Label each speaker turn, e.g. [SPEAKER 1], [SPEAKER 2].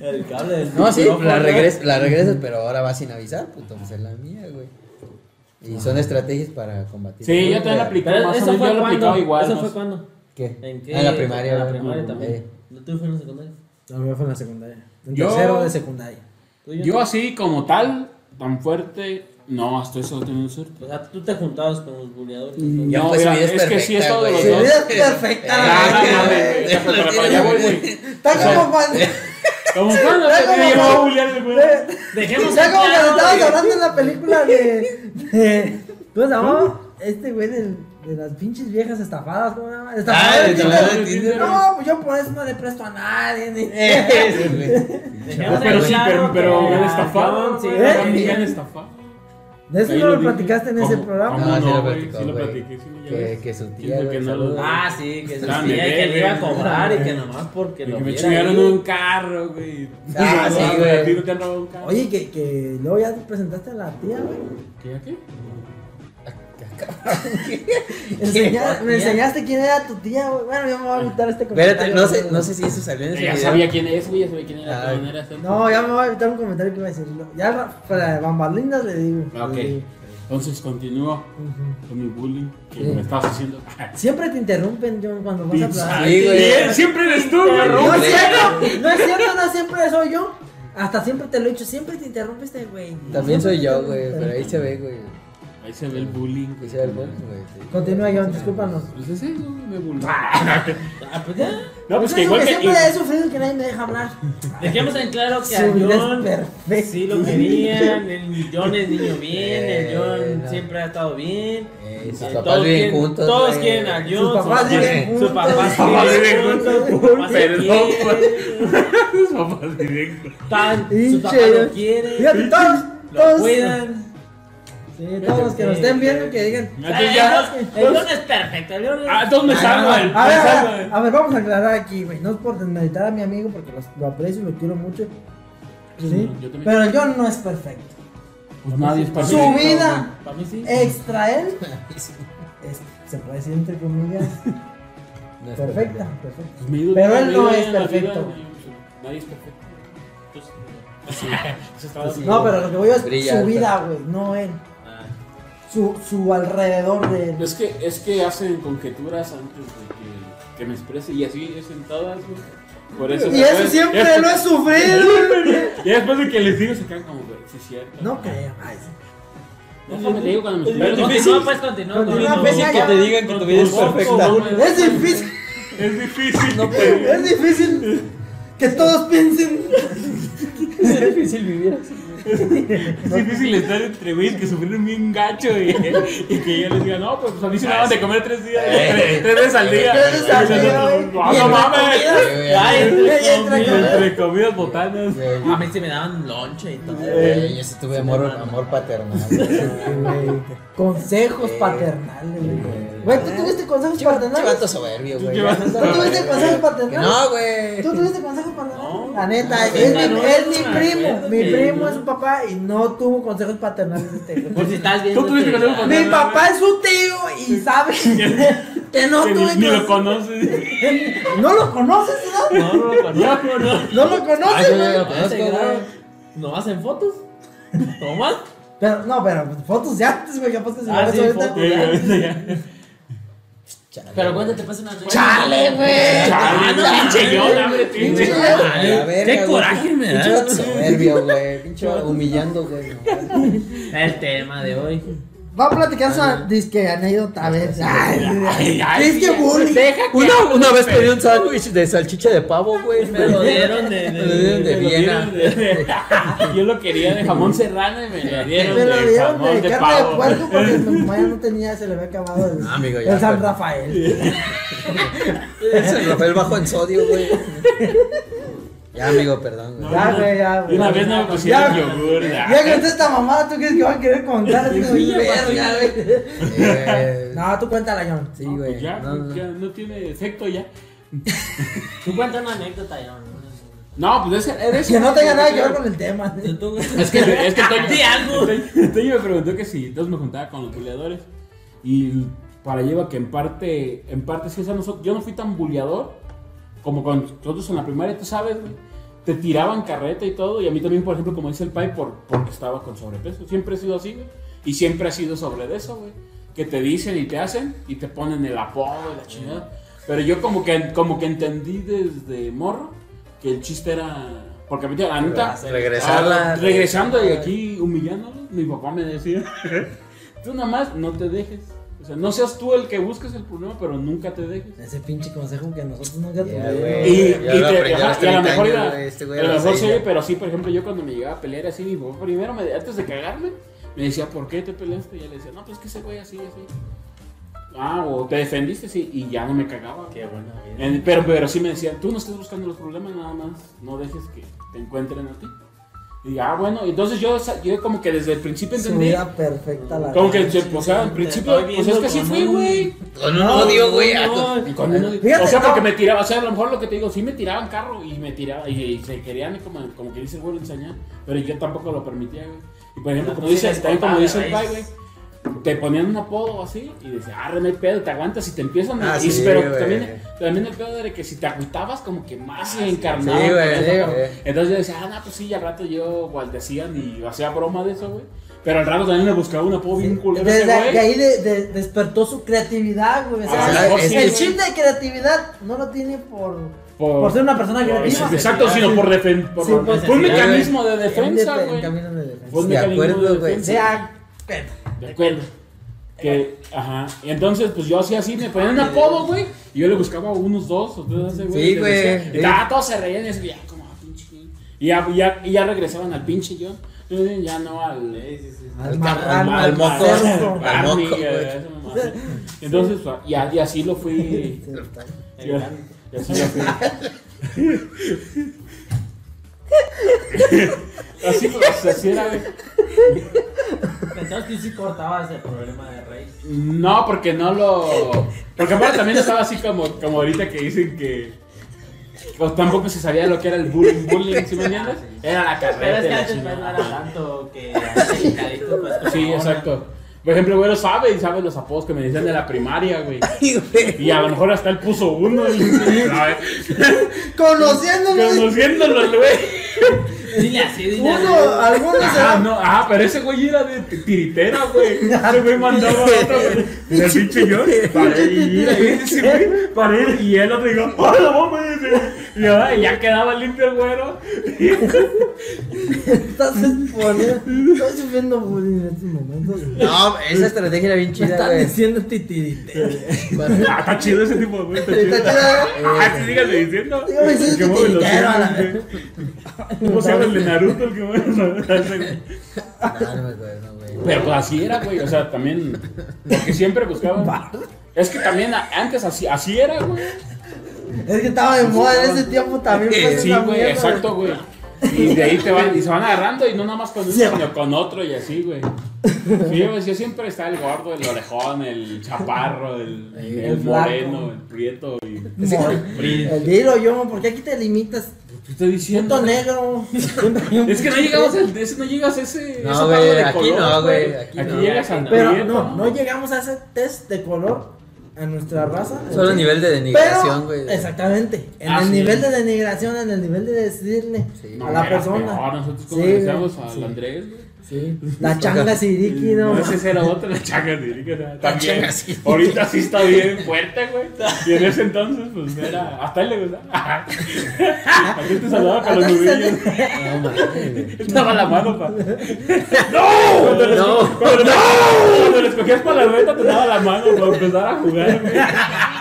[SPEAKER 1] El cable del
[SPEAKER 2] No, sí,
[SPEAKER 1] micrófono.
[SPEAKER 2] la, regres- la regresas, pero ahora vas sin avisar, puto, pues es la mía, güey. Y
[SPEAKER 1] Ah.
[SPEAKER 2] son estrategias para combatir.
[SPEAKER 3] Sí, yo también la apliqué.
[SPEAKER 1] Pero
[SPEAKER 3] más o
[SPEAKER 1] eso
[SPEAKER 3] menos,
[SPEAKER 1] fue
[SPEAKER 3] yo la aplicaba
[SPEAKER 1] cuando.
[SPEAKER 3] igual.
[SPEAKER 1] ¿Eso
[SPEAKER 3] no
[SPEAKER 1] fue
[SPEAKER 3] sé.
[SPEAKER 1] cuando?
[SPEAKER 2] ¿Qué?
[SPEAKER 1] ¿En qué?
[SPEAKER 2] Ah, en la primaria.
[SPEAKER 1] En la
[SPEAKER 2] güey.
[SPEAKER 1] primaria también.
[SPEAKER 2] Eh,
[SPEAKER 1] ¿No tú fuiste en la secundaria?
[SPEAKER 4] La mía fue en la secundaria. En
[SPEAKER 3] Yo-
[SPEAKER 4] tercero de secundaria.
[SPEAKER 1] ¿Tú y
[SPEAKER 3] Yo así, como tal, tan fuerte, no, hasta eso no tengo suerte.
[SPEAKER 1] O sea, tú te juntabas con los buleadores.
[SPEAKER 2] ya,
[SPEAKER 3] No,
[SPEAKER 2] pues, su
[SPEAKER 3] mira,
[SPEAKER 2] vida es
[SPEAKER 3] es que sí es
[SPEAKER 2] perfecta,
[SPEAKER 3] todo
[SPEAKER 2] güey.
[SPEAKER 3] lo
[SPEAKER 2] Su
[SPEAKER 3] dos. Eh,
[SPEAKER 2] vida es
[SPEAKER 3] No,
[SPEAKER 2] perfecta,
[SPEAKER 3] no,
[SPEAKER 2] güey.
[SPEAKER 3] no, güey, ya fue, para allá voy, güey.
[SPEAKER 4] Está como cuando.
[SPEAKER 3] Como cuando
[SPEAKER 4] Ya
[SPEAKER 3] te
[SPEAKER 4] como
[SPEAKER 3] llevó
[SPEAKER 4] cuando-
[SPEAKER 3] a bulear, güey.
[SPEAKER 1] Dejemos
[SPEAKER 4] Está como cuando
[SPEAKER 1] claro,
[SPEAKER 4] estabas
[SPEAKER 1] güey.
[SPEAKER 4] hablando en la película de. de- ¿Cómo se llamaba? Este güey del- de las pinches viejas estafadas, ¿cómo se llama?
[SPEAKER 2] Ah,
[SPEAKER 4] Estafadas.
[SPEAKER 2] el
[SPEAKER 4] Tinder.
[SPEAKER 2] chaval de Tinder.
[SPEAKER 4] No, pues yo por eso no le presto a nadie. ni-
[SPEAKER 2] Eh, güey.
[SPEAKER 1] Dejemos
[SPEAKER 3] Pero sí,
[SPEAKER 1] claro
[SPEAKER 3] pero, pero
[SPEAKER 1] que
[SPEAKER 3] me han
[SPEAKER 1] la
[SPEAKER 3] estafado.
[SPEAKER 1] acción, sí,
[SPEAKER 3] güey,
[SPEAKER 4] ¿eh?
[SPEAKER 3] a mí me han estafado.
[SPEAKER 4] De eso
[SPEAKER 3] Ahí
[SPEAKER 4] no lo
[SPEAKER 3] dije.
[SPEAKER 4] platicaste en ese
[SPEAKER 3] ¿Cómo?
[SPEAKER 4] programa.
[SPEAKER 3] ¿Cómo
[SPEAKER 2] No, sí
[SPEAKER 3] Ah, no,
[SPEAKER 2] lo
[SPEAKER 3] güey?
[SPEAKER 2] platicó,
[SPEAKER 3] Sí lo
[SPEAKER 2] güey.
[SPEAKER 3] platiqué, sí, ya
[SPEAKER 2] Que-
[SPEAKER 3] ves.
[SPEAKER 2] que su tía,
[SPEAKER 3] Siento que
[SPEAKER 2] güey,
[SPEAKER 3] no lo-
[SPEAKER 2] saludos.
[SPEAKER 1] Ah, sí, que se
[SPEAKER 3] Grande,
[SPEAKER 1] decía que le
[SPEAKER 3] güey,
[SPEAKER 1] iba a
[SPEAKER 3] güey.
[SPEAKER 1] comprar y que nomás porque
[SPEAKER 3] De
[SPEAKER 1] lo
[SPEAKER 3] que me
[SPEAKER 1] viera
[SPEAKER 3] chingaron
[SPEAKER 1] ahí.
[SPEAKER 3] un carro, güey.
[SPEAKER 2] Ah, sí,
[SPEAKER 3] No,
[SPEAKER 2] güey.
[SPEAKER 3] A ti no te han robado un carro.
[SPEAKER 4] Oye, que, que luego ya te presentaste a la tía, güey.
[SPEAKER 3] ¿Qué? ¿Qué?
[SPEAKER 4] Enseña-
[SPEAKER 1] ¿Qué?
[SPEAKER 4] me enseñaste quién era tu tía, güey. Bueno, yo me voy a evitar este comentario.
[SPEAKER 2] Espérate, no sé, no sé si eso salió en ese
[SPEAKER 3] Ya
[SPEAKER 2] video.
[SPEAKER 3] sabía quién es, güey, ya sabía quién era.
[SPEAKER 2] Ay.
[SPEAKER 3] de todas maneras.
[SPEAKER 4] No, ya me voy a evitar un comentario que iba a decir. No, Ya para bambalinas le digo.
[SPEAKER 3] Ah, ok.
[SPEAKER 4] Le digo.
[SPEAKER 3] Entonces continúo
[SPEAKER 4] Ujú.
[SPEAKER 3] con mi bullying que
[SPEAKER 4] Sí.
[SPEAKER 3] me estás haciendo.
[SPEAKER 4] Siempre te interrumpen, John, cuando vas a hablar.
[SPEAKER 2] Sí, güey.
[SPEAKER 3] Bien, Siempre eres tú, güey.
[SPEAKER 4] No es
[SPEAKER 2] Sí.
[SPEAKER 4] cierto, no es cierto, no siempre soy yo. Hasta siempre te lo he dicho, siempre te interrumpe este güey.
[SPEAKER 2] También soy
[SPEAKER 4] Siempre
[SPEAKER 2] yo,
[SPEAKER 4] te
[SPEAKER 2] güey,
[SPEAKER 4] interrumpe.
[SPEAKER 2] pero ahí se ve, güey.
[SPEAKER 3] Ahí se ve el bullying.
[SPEAKER 2] Ahí se ve el box, güey. sí.
[SPEAKER 4] Continúa, John, discúlpanos.
[SPEAKER 3] Pues es eso, güey, me bullying.
[SPEAKER 1] Ah, pues ya.
[SPEAKER 3] No, pues
[SPEAKER 4] Eso
[SPEAKER 3] que
[SPEAKER 4] es lo
[SPEAKER 3] igual que.
[SPEAKER 4] siempre he sufrido que nadie me deja hablar.
[SPEAKER 1] Dejemos en claro que a
[SPEAKER 4] Su vida es
[SPEAKER 1] John
[SPEAKER 4] perfecta.
[SPEAKER 1] sí lo querían, el John es niño bien, el
[SPEAKER 2] Eh,
[SPEAKER 1] John
[SPEAKER 2] no.
[SPEAKER 1] siempre ha estado bien.
[SPEAKER 2] Eh, sus
[SPEAKER 1] Eh,
[SPEAKER 2] papás viven
[SPEAKER 1] quieren-
[SPEAKER 2] juntos.
[SPEAKER 1] Todos
[SPEAKER 2] güey.
[SPEAKER 1] quieren a John.
[SPEAKER 4] Sus papás viven juntos.
[SPEAKER 1] Sus papás
[SPEAKER 4] Sus
[SPEAKER 3] papás
[SPEAKER 1] viven
[SPEAKER 3] viven
[SPEAKER 1] juntos.
[SPEAKER 3] juntos.
[SPEAKER 1] Sus papás se
[SPEAKER 3] Perdón,
[SPEAKER 1] quieren.
[SPEAKER 3] Tus papás directos.
[SPEAKER 1] Tan- Sus
[SPEAKER 4] Hinche,
[SPEAKER 1] papás lo
[SPEAKER 4] John.
[SPEAKER 1] quieren.
[SPEAKER 4] Fíjate, todos,
[SPEAKER 1] Lo
[SPEAKER 4] todos.
[SPEAKER 1] cuidan.
[SPEAKER 4] Sí, todos los que nos estén viendo que digan.
[SPEAKER 3] Entonces
[SPEAKER 1] Ah,
[SPEAKER 3] ya.
[SPEAKER 1] El John es perfecto. El John es-
[SPEAKER 3] Ah, entonces me salgo
[SPEAKER 4] A
[SPEAKER 3] del. eh.
[SPEAKER 4] ver,
[SPEAKER 3] me
[SPEAKER 4] a ver,
[SPEAKER 3] salgo
[SPEAKER 4] a ver,
[SPEAKER 3] del-
[SPEAKER 4] a ver, vamos a aclarar aquí, güey. No es por desmeditar a mi amigo porque los- lo aprecio y lo quiero mucho. ¿sí?
[SPEAKER 3] Yo también.
[SPEAKER 4] Pero el John no es perfecto.
[SPEAKER 3] Pues nadie es
[SPEAKER 4] Su
[SPEAKER 3] perfecto,
[SPEAKER 4] vida
[SPEAKER 1] Para mí sí.
[SPEAKER 4] extra él es- se puede decir entre comillas
[SPEAKER 2] No es
[SPEAKER 4] perfecta, perfecta.
[SPEAKER 3] Pues me he ido
[SPEAKER 4] Pero
[SPEAKER 3] de
[SPEAKER 4] él no
[SPEAKER 3] vida,
[SPEAKER 4] es
[SPEAKER 3] la vida,
[SPEAKER 4] perfecto.
[SPEAKER 3] Nadie es perfecto.
[SPEAKER 1] Pues,
[SPEAKER 3] Se estaba-
[SPEAKER 2] Sí.
[SPEAKER 4] No, pero lo que voy a es
[SPEAKER 2] Brilla
[SPEAKER 4] su
[SPEAKER 2] alta.
[SPEAKER 4] vida, güey, no él.
[SPEAKER 1] ah,
[SPEAKER 4] Su, su alrededor de él.
[SPEAKER 3] Es que, es que hacen conjeturas antes de que, que me exprese y así es sentadas, güey. Por eso
[SPEAKER 4] Y eso
[SPEAKER 3] después- ya
[SPEAKER 4] siempre
[SPEAKER 3] después-
[SPEAKER 4] lo he sufrido.
[SPEAKER 3] Y después de que les digo se quedan como, güey, sí es cierto.
[SPEAKER 4] No creo. ay, sí.
[SPEAKER 3] Déjame te digo cuando me
[SPEAKER 1] Pero
[SPEAKER 3] exprese.
[SPEAKER 1] continúa, pues continúa.
[SPEAKER 4] Continúa,
[SPEAKER 1] continúa.
[SPEAKER 4] pues, ya, ya.
[SPEAKER 2] digan que tu
[SPEAKER 4] Es difícil,
[SPEAKER 3] Es difícil. No
[SPEAKER 4] es difícil que todos piensen.
[SPEAKER 2] Es difícil vivir así.
[SPEAKER 3] Es difícil estar entre güeyes que sufrieron bien gacho y, y que yo les diga, no, pues a mí se me daban de comer tres días,
[SPEAKER 2] Eh.
[SPEAKER 3] tres, tres veces al día.
[SPEAKER 4] Tres veces al día, güey.
[SPEAKER 3] No,
[SPEAKER 4] Y
[SPEAKER 3] no
[SPEAKER 4] entre
[SPEAKER 3] mames.
[SPEAKER 4] comidas.
[SPEAKER 1] Ay, entre
[SPEAKER 4] Y entre
[SPEAKER 1] comidas.
[SPEAKER 3] Entre comidas botanas.
[SPEAKER 1] A mí se me daban lonche y todo.
[SPEAKER 3] Eh,
[SPEAKER 2] eh, Yo sí tuve amor, amor paternal. güey.
[SPEAKER 4] Consejos
[SPEAKER 2] Eh,
[SPEAKER 4] paternales,
[SPEAKER 2] eh.
[SPEAKER 4] güey. Güey, ¿tú tuviste consejos
[SPEAKER 2] Chiva- Chivato
[SPEAKER 4] paternales?
[SPEAKER 2] soberbio,
[SPEAKER 3] Tú
[SPEAKER 2] güey.
[SPEAKER 3] llevas-
[SPEAKER 4] ¿Tú tuviste consejos
[SPEAKER 2] Que
[SPEAKER 4] paternales?
[SPEAKER 2] No, güey.
[SPEAKER 4] ¿Tú tuviste consejos paternales?
[SPEAKER 3] No.
[SPEAKER 4] la neta,
[SPEAKER 2] No,
[SPEAKER 4] es,
[SPEAKER 2] no,
[SPEAKER 4] mi,
[SPEAKER 1] no,
[SPEAKER 4] es
[SPEAKER 1] no,
[SPEAKER 4] mi
[SPEAKER 1] no,
[SPEAKER 4] primo.
[SPEAKER 1] no,
[SPEAKER 4] Mi
[SPEAKER 1] no,
[SPEAKER 4] primo
[SPEAKER 1] no.
[SPEAKER 4] es su papá y no tuvo consejos paternales este güey.
[SPEAKER 1] Por si estás viendo.
[SPEAKER 3] Tú tuviste
[SPEAKER 1] este-
[SPEAKER 3] que hacer un-
[SPEAKER 4] Mi papá es su tío y sabe que no
[SPEAKER 3] que ni-
[SPEAKER 4] tuve
[SPEAKER 3] ni lo
[SPEAKER 4] consejos.
[SPEAKER 3] conoces.
[SPEAKER 4] ¿No lo conoces, ¿no?
[SPEAKER 1] No, no, no,
[SPEAKER 3] pues.
[SPEAKER 1] no, no.
[SPEAKER 4] No lo
[SPEAKER 2] Ah, yo
[SPEAKER 4] conoces,
[SPEAKER 2] ya
[SPEAKER 4] güey.
[SPEAKER 2] lo conozco, güey.
[SPEAKER 1] ¿No hacen fotos? ¿Tomas?
[SPEAKER 4] Pero, no, pero pues, fotos de antes, güey. Capaz que si
[SPEAKER 1] Ah,
[SPEAKER 4] lo ves
[SPEAKER 1] sí,
[SPEAKER 4] ahorita.
[SPEAKER 1] fotos.
[SPEAKER 3] Chale,
[SPEAKER 2] Chale.
[SPEAKER 1] Pero cuéntate, pasa una cosa.
[SPEAKER 2] ¡Chale, güey!
[SPEAKER 3] Ah, no, pinche yo, hombre, pinche.
[SPEAKER 2] A la verga,
[SPEAKER 1] ¡Qué
[SPEAKER 2] güey.
[SPEAKER 1] coraje me
[SPEAKER 2] Pinche
[SPEAKER 1] da!
[SPEAKER 2] vato soberbio, güey. Pinche humillando, güey. no.
[SPEAKER 1] El tema de hoy.
[SPEAKER 4] Va a platicar su disque anécdota, a ver. Ay,
[SPEAKER 3] ay, ay,
[SPEAKER 4] Disque
[SPEAKER 3] ay,
[SPEAKER 4] bullying.
[SPEAKER 2] Una, una vez pedí un sándwich de salchicha de pavo, güey.
[SPEAKER 1] Me lo dieron de.
[SPEAKER 2] Me lo dieron de
[SPEAKER 3] Me lo
[SPEAKER 2] Viena.
[SPEAKER 3] dieron de- Yo lo quería de jamón serrano y me lo dieron
[SPEAKER 4] Me lo
[SPEAKER 3] de
[SPEAKER 4] dieron
[SPEAKER 3] jamón
[SPEAKER 4] de
[SPEAKER 3] de
[SPEAKER 4] carne de
[SPEAKER 3] pavo.
[SPEAKER 4] puerco porque mi mamá ya no tenía, se le había acabado el,
[SPEAKER 2] Ah, amigo, ya,
[SPEAKER 4] el San
[SPEAKER 2] pero-
[SPEAKER 4] Rafael.
[SPEAKER 2] Es el Rafael bajo en sodio, güey. Ya, amigo, perdón, güey.
[SPEAKER 4] Ya, güey, ya, güey.
[SPEAKER 3] Y una vez no me pusieron
[SPEAKER 4] Ya.
[SPEAKER 3] yogur.
[SPEAKER 4] Ya que está esta mamada, ¿tú crees que van a querer contar? Así como,
[SPEAKER 2] Sí,
[SPEAKER 4] verga, güey.
[SPEAKER 2] Eh,
[SPEAKER 4] No, tú cuéntala, John.
[SPEAKER 2] Sí,
[SPEAKER 3] No, pues
[SPEAKER 2] güey.
[SPEAKER 3] ya,
[SPEAKER 2] No, no.
[SPEAKER 3] ya no tiene efecto ya.
[SPEAKER 1] Tú cuenta una anécdota, Aaron.
[SPEAKER 3] No, pues es eres
[SPEAKER 4] Que no tenga nada que ver con el tema.
[SPEAKER 3] Es que, es que Toño,
[SPEAKER 1] Di algo.
[SPEAKER 3] Toño- Toño me preguntó que si entonces me juntaba con los buleadores. Y para lleva que en parte, en parte sí, o sea, no so- yo no fui tan buleador como con nosotros en la primaria, tú sabes, güey. te tiraban carreta y todo. Y a mí también, por ejemplo, como dice el Pai, por, porque estaba con sobrepeso. Siempre he sido así, güey. Y siempre ha sido sobre de eso, güey. Que te dicen y te hacen y te ponen el apodo y la chingada. Pero yo como que, como que entendí desde morro que el chiste era... Porque a mí, la neta,
[SPEAKER 2] Regresarla.
[SPEAKER 3] Ah, regresando y aquí humillándolo, mi papá me decía, tú nada más no te dejes. O sea, no seas tú el que busques el problema, pero nunca te dejes.
[SPEAKER 4] Ese pinche consejo que nosotros nunca
[SPEAKER 2] Ya,
[SPEAKER 4] tuvimos.
[SPEAKER 2] güey.
[SPEAKER 3] Y, y
[SPEAKER 2] Eh, Ya lo
[SPEAKER 3] te,
[SPEAKER 2] aprendí a
[SPEAKER 3] ajá,
[SPEAKER 2] los
[SPEAKER 3] y a
[SPEAKER 2] 30
[SPEAKER 3] lo mejor,
[SPEAKER 2] años,
[SPEAKER 3] era-
[SPEAKER 2] güey, este güey
[SPEAKER 3] a lo
[SPEAKER 2] a los
[SPEAKER 3] mejor
[SPEAKER 2] seis
[SPEAKER 3] sí,
[SPEAKER 2] ya.
[SPEAKER 3] pero sí, por ejemplo, yo cuando me llegaba a pelear así, mi papá primero, me, antes de cagarme, me decía, ¿por qué te peleaste? Y yo le decía, no, pues que ese güey así, así. Ah, o te defendiste, sí, y ya no me cagaba.
[SPEAKER 1] Qué buena vida.
[SPEAKER 3] En- pero, pero sí me decían, tú no estás buscando los problemas, nada más no dejes que te encuentren a ti. Y ya, bueno, entonces yo, sa- yo como que desde el principio
[SPEAKER 4] Su
[SPEAKER 3] entendí.
[SPEAKER 4] vida perfecta la
[SPEAKER 3] Como que,
[SPEAKER 4] verdad.
[SPEAKER 3] se- o sea, en principio,
[SPEAKER 1] Estoy
[SPEAKER 3] pues es que
[SPEAKER 1] viendo
[SPEAKER 3] sí
[SPEAKER 1] con
[SPEAKER 3] fui,
[SPEAKER 1] un-
[SPEAKER 3] güey.
[SPEAKER 2] Con un
[SPEAKER 4] No,
[SPEAKER 2] odio, güey. a
[SPEAKER 1] No,
[SPEAKER 2] tu-
[SPEAKER 1] no,
[SPEAKER 3] Y con uno-
[SPEAKER 4] Fíjate,
[SPEAKER 3] o sea, porque
[SPEAKER 4] no.
[SPEAKER 3] me tiraba, o sea, a lo mejor lo que te digo, sí me tiraban carro y me tiraba, y, y se querían, como, como que dice el güey, enseñar, pero yo tampoco lo permitía, güey. Y por ejemplo,
[SPEAKER 1] No,
[SPEAKER 3] como
[SPEAKER 1] pues,
[SPEAKER 3] dice,
[SPEAKER 1] sí,
[SPEAKER 3] también como dice el
[SPEAKER 1] ahí
[SPEAKER 3] pai,
[SPEAKER 1] es-
[SPEAKER 3] güey, te ponían un apodo así y decía, ah, no hay pedo, te aguantas y te empiezan a.
[SPEAKER 2] Ah,
[SPEAKER 3] y-
[SPEAKER 2] sí,
[SPEAKER 3] pero
[SPEAKER 2] güey.
[SPEAKER 3] también, también el pedo era que si te agüitabas, como que más se
[SPEAKER 2] Sí,
[SPEAKER 3] encarnaba.
[SPEAKER 2] güey, sí, güey.
[SPEAKER 3] Entonces yo decía, ah, no, pues sí, y al rato yo gualdecían y hacía broma de eso, güey. Pero al rato también me buscaba un apodo bien culero ese
[SPEAKER 4] Desde que
[SPEAKER 3] güey.
[SPEAKER 4] ahí de- de- despertó su creatividad, güey. O sea,
[SPEAKER 3] Ah,
[SPEAKER 4] el-
[SPEAKER 3] sí,
[SPEAKER 4] el,
[SPEAKER 3] sí, güey.
[SPEAKER 4] chip de creatividad no lo tiene por, por, ser una persona
[SPEAKER 3] Por-
[SPEAKER 4] creativa.
[SPEAKER 3] Exacto, sino por defensa.
[SPEAKER 4] Sí, pues,
[SPEAKER 3] Fue un
[SPEAKER 4] sí,
[SPEAKER 3] mecanismo de
[SPEAKER 4] En
[SPEAKER 3] defensa,
[SPEAKER 4] defe- en
[SPEAKER 3] güey. Pues,
[SPEAKER 4] camino de defensa.
[SPEAKER 3] Fue un
[SPEAKER 2] De
[SPEAKER 3] mecanismo
[SPEAKER 2] acuerdo, güey.
[SPEAKER 3] defensa.
[SPEAKER 4] Sea,
[SPEAKER 3] De acuerdo. Que, ajá. Y entonces, pues yo hacía así, me ponían un apodo, güey. Y yo le buscaba unos dos o tres a ese güey.
[SPEAKER 2] Sí,
[SPEAKER 3] y le
[SPEAKER 2] güey,
[SPEAKER 3] decía-
[SPEAKER 2] sí.
[SPEAKER 3] Y ah, todos se reían y así, ya, como, ah, pinche. güey. Y ya, y ya, y ya regresaban al pinche yo. Eh, Ya no al.
[SPEAKER 1] Sí, sí, sí.
[SPEAKER 4] al
[SPEAKER 2] Al
[SPEAKER 4] marrano,
[SPEAKER 2] mar-
[SPEAKER 4] al
[SPEAKER 2] al moco.
[SPEAKER 4] cerdo.
[SPEAKER 2] Al
[SPEAKER 3] Barney,
[SPEAKER 2] moco,
[SPEAKER 3] eh,
[SPEAKER 2] güey.
[SPEAKER 3] esa mamada. Entonces, pues, y, a- y así lo fui. y a- y así lo fui. Así, pues, así era, güey.
[SPEAKER 1] Entonces tú sí cortabas el problema de Rey.
[SPEAKER 3] No, porque no lo. Porque aparte también estaba así como, como ahorita que dicen que. Pues tampoco se sabía lo que era el bullying, bullying, ¿sí me entiendes? Era la
[SPEAKER 1] Pero
[SPEAKER 3] carrera.
[SPEAKER 1] es que
[SPEAKER 3] la
[SPEAKER 1] antes no era
[SPEAKER 3] chingada.
[SPEAKER 1] tanto que así delicadito, pues, como
[SPEAKER 3] Sí,
[SPEAKER 1] ahora.
[SPEAKER 3] exacto. Por ejemplo, güey lo sabe y sabe los apodos que me decían de la primaria, güey.
[SPEAKER 2] Sí, güey.
[SPEAKER 3] Y a lo mejor hasta él puso uno y.
[SPEAKER 4] Conociéndome.
[SPEAKER 3] Conociéndolo, güey.
[SPEAKER 1] Dile así, dile
[SPEAKER 4] Uno,
[SPEAKER 1] así.
[SPEAKER 4] algunos
[SPEAKER 3] Ah,
[SPEAKER 4] eran-
[SPEAKER 3] no, ah, pero ese güey era de t- tiritera, güey. Ese güey mandaba a otro, güey. Y el pinche yo, paré y mira, y ese güey, paré y el otro dijo, ¡hola, mamá! Y ya, y ya quedaba limpio el güero.
[SPEAKER 4] Estás exponiendo. Estás sufriendo bullying en estos momentos.
[SPEAKER 2] No, esa estrategia era bien
[SPEAKER 4] Me
[SPEAKER 2] chida,
[SPEAKER 4] están
[SPEAKER 2] güey.
[SPEAKER 4] diciendo titirite.
[SPEAKER 2] Cuando-
[SPEAKER 3] Ah, está chido ese tipo, güey. Está chido.
[SPEAKER 4] Está chido,
[SPEAKER 3] Ah, sí, síganle diciendo.
[SPEAKER 4] Dígame, sí,
[SPEAKER 3] El que mueve los
[SPEAKER 4] tiritero, a la
[SPEAKER 3] hilos, güey. ¿Cómo se llama el de Naruto? El que mueve los hilos?
[SPEAKER 2] No, no me acuerdo, güey.
[SPEAKER 3] Pero pues, así era, güey. O sea, también. Porque siempre buscaban. Es que también a- antes así, así era, güey.
[SPEAKER 4] Es que estaba de moda en ese tiempo también. pues,
[SPEAKER 3] Eh, Sí,
[SPEAKER 4] esa
[SPEAKER 3] güey,
[SPEAKER 4] mierda.
[SPEAKER 3] exacto, güey. Y de ahí te van, y se van agarrando, y no nada más con uno,
[SPEAKER 4] Sí.
[SPEAKER 3] sino con otro, y así, güey. Sí, güey, yo siempre está el gordo, el orejón, el chaparro, el,
[SPEAKER 4] El
[SPEAKER 3] el
[SPEAKER 4] flaco.
[SPEAKER 3] moreno, el prieto. Y...
[SPEAKER 4] El hilo eh, yo, ¿por qué aquí te limitas?
[SPEAKER 3] ¿Qué estoy diciendo?
[SPEAKER 4] Punto negro.
[SPEAKER 3] Es que no llegamos al, ese, no llegas a ese.
[SPEAKER 2] No,
[SPEAKER 3] esa
[SPEAKER 2] güey,
[SPEAKER 3] barra
[SPEAKER 2] aquí no, güey, aquí no.
[SPEAKER 3] llegas al
[SPEAKER 4] Pero
[SPEAKER 3] prieto,
[SPEAKER 4] no, no llegamos a ese test de color a nuestra raza.
[SPEAKER 2] Solo
[SPEAKER 4] Sí.
[SPEAKER 2] nivel de denigración, güey.
[SPEAKER 4] Pero, Exactamente. En
[SPEAKER 3] Ah,
[SPEAKER 4] el
[SPEAKER 3] sí.
[SPEAKER 4] nivel de denigración, en el nivel de decirle
[SPEAKER 2] Sí.
[SPEAKER 3] No,
[SPEAKER 4] a la
[SPEAKER 3] era
[SPEAKER 4] persona.
[SPEAKER 3] peor, nosotros como
[SPEAKER 4] Sí,
[SPEAKER 3] le
[SPEAKER 4] güey,
[SPEAKER 3] decíamos al
[SPEAKER 4] sí.
[SPEAKER 3] Andrés, güey.
[SPEAKER 4] Sí. La changa siriki, no.
[SPEAKER 3] No, ese era otro, la chaca lírica. También.
[SPEAKER 2] chaca sí.
[SPEAKER 3] Ahorita sí está bien fuerte, güey. Y en ese entonces, pues era. Hasta él le gustaba. A ti te saludaba con los
[SPEAKER 4] Hasta él
[SPEAKER 3] nudillos.
[SPEAKER 2] No, mames, güey.
[SPEAKER 3] Él daba la mano para. ¡No! Cuando les,
[SPEAKER 2] No.
[SPEAKER 3] Cuando les, cuando les cogías para la reta, te daba la mano para empezar a jugar, güey.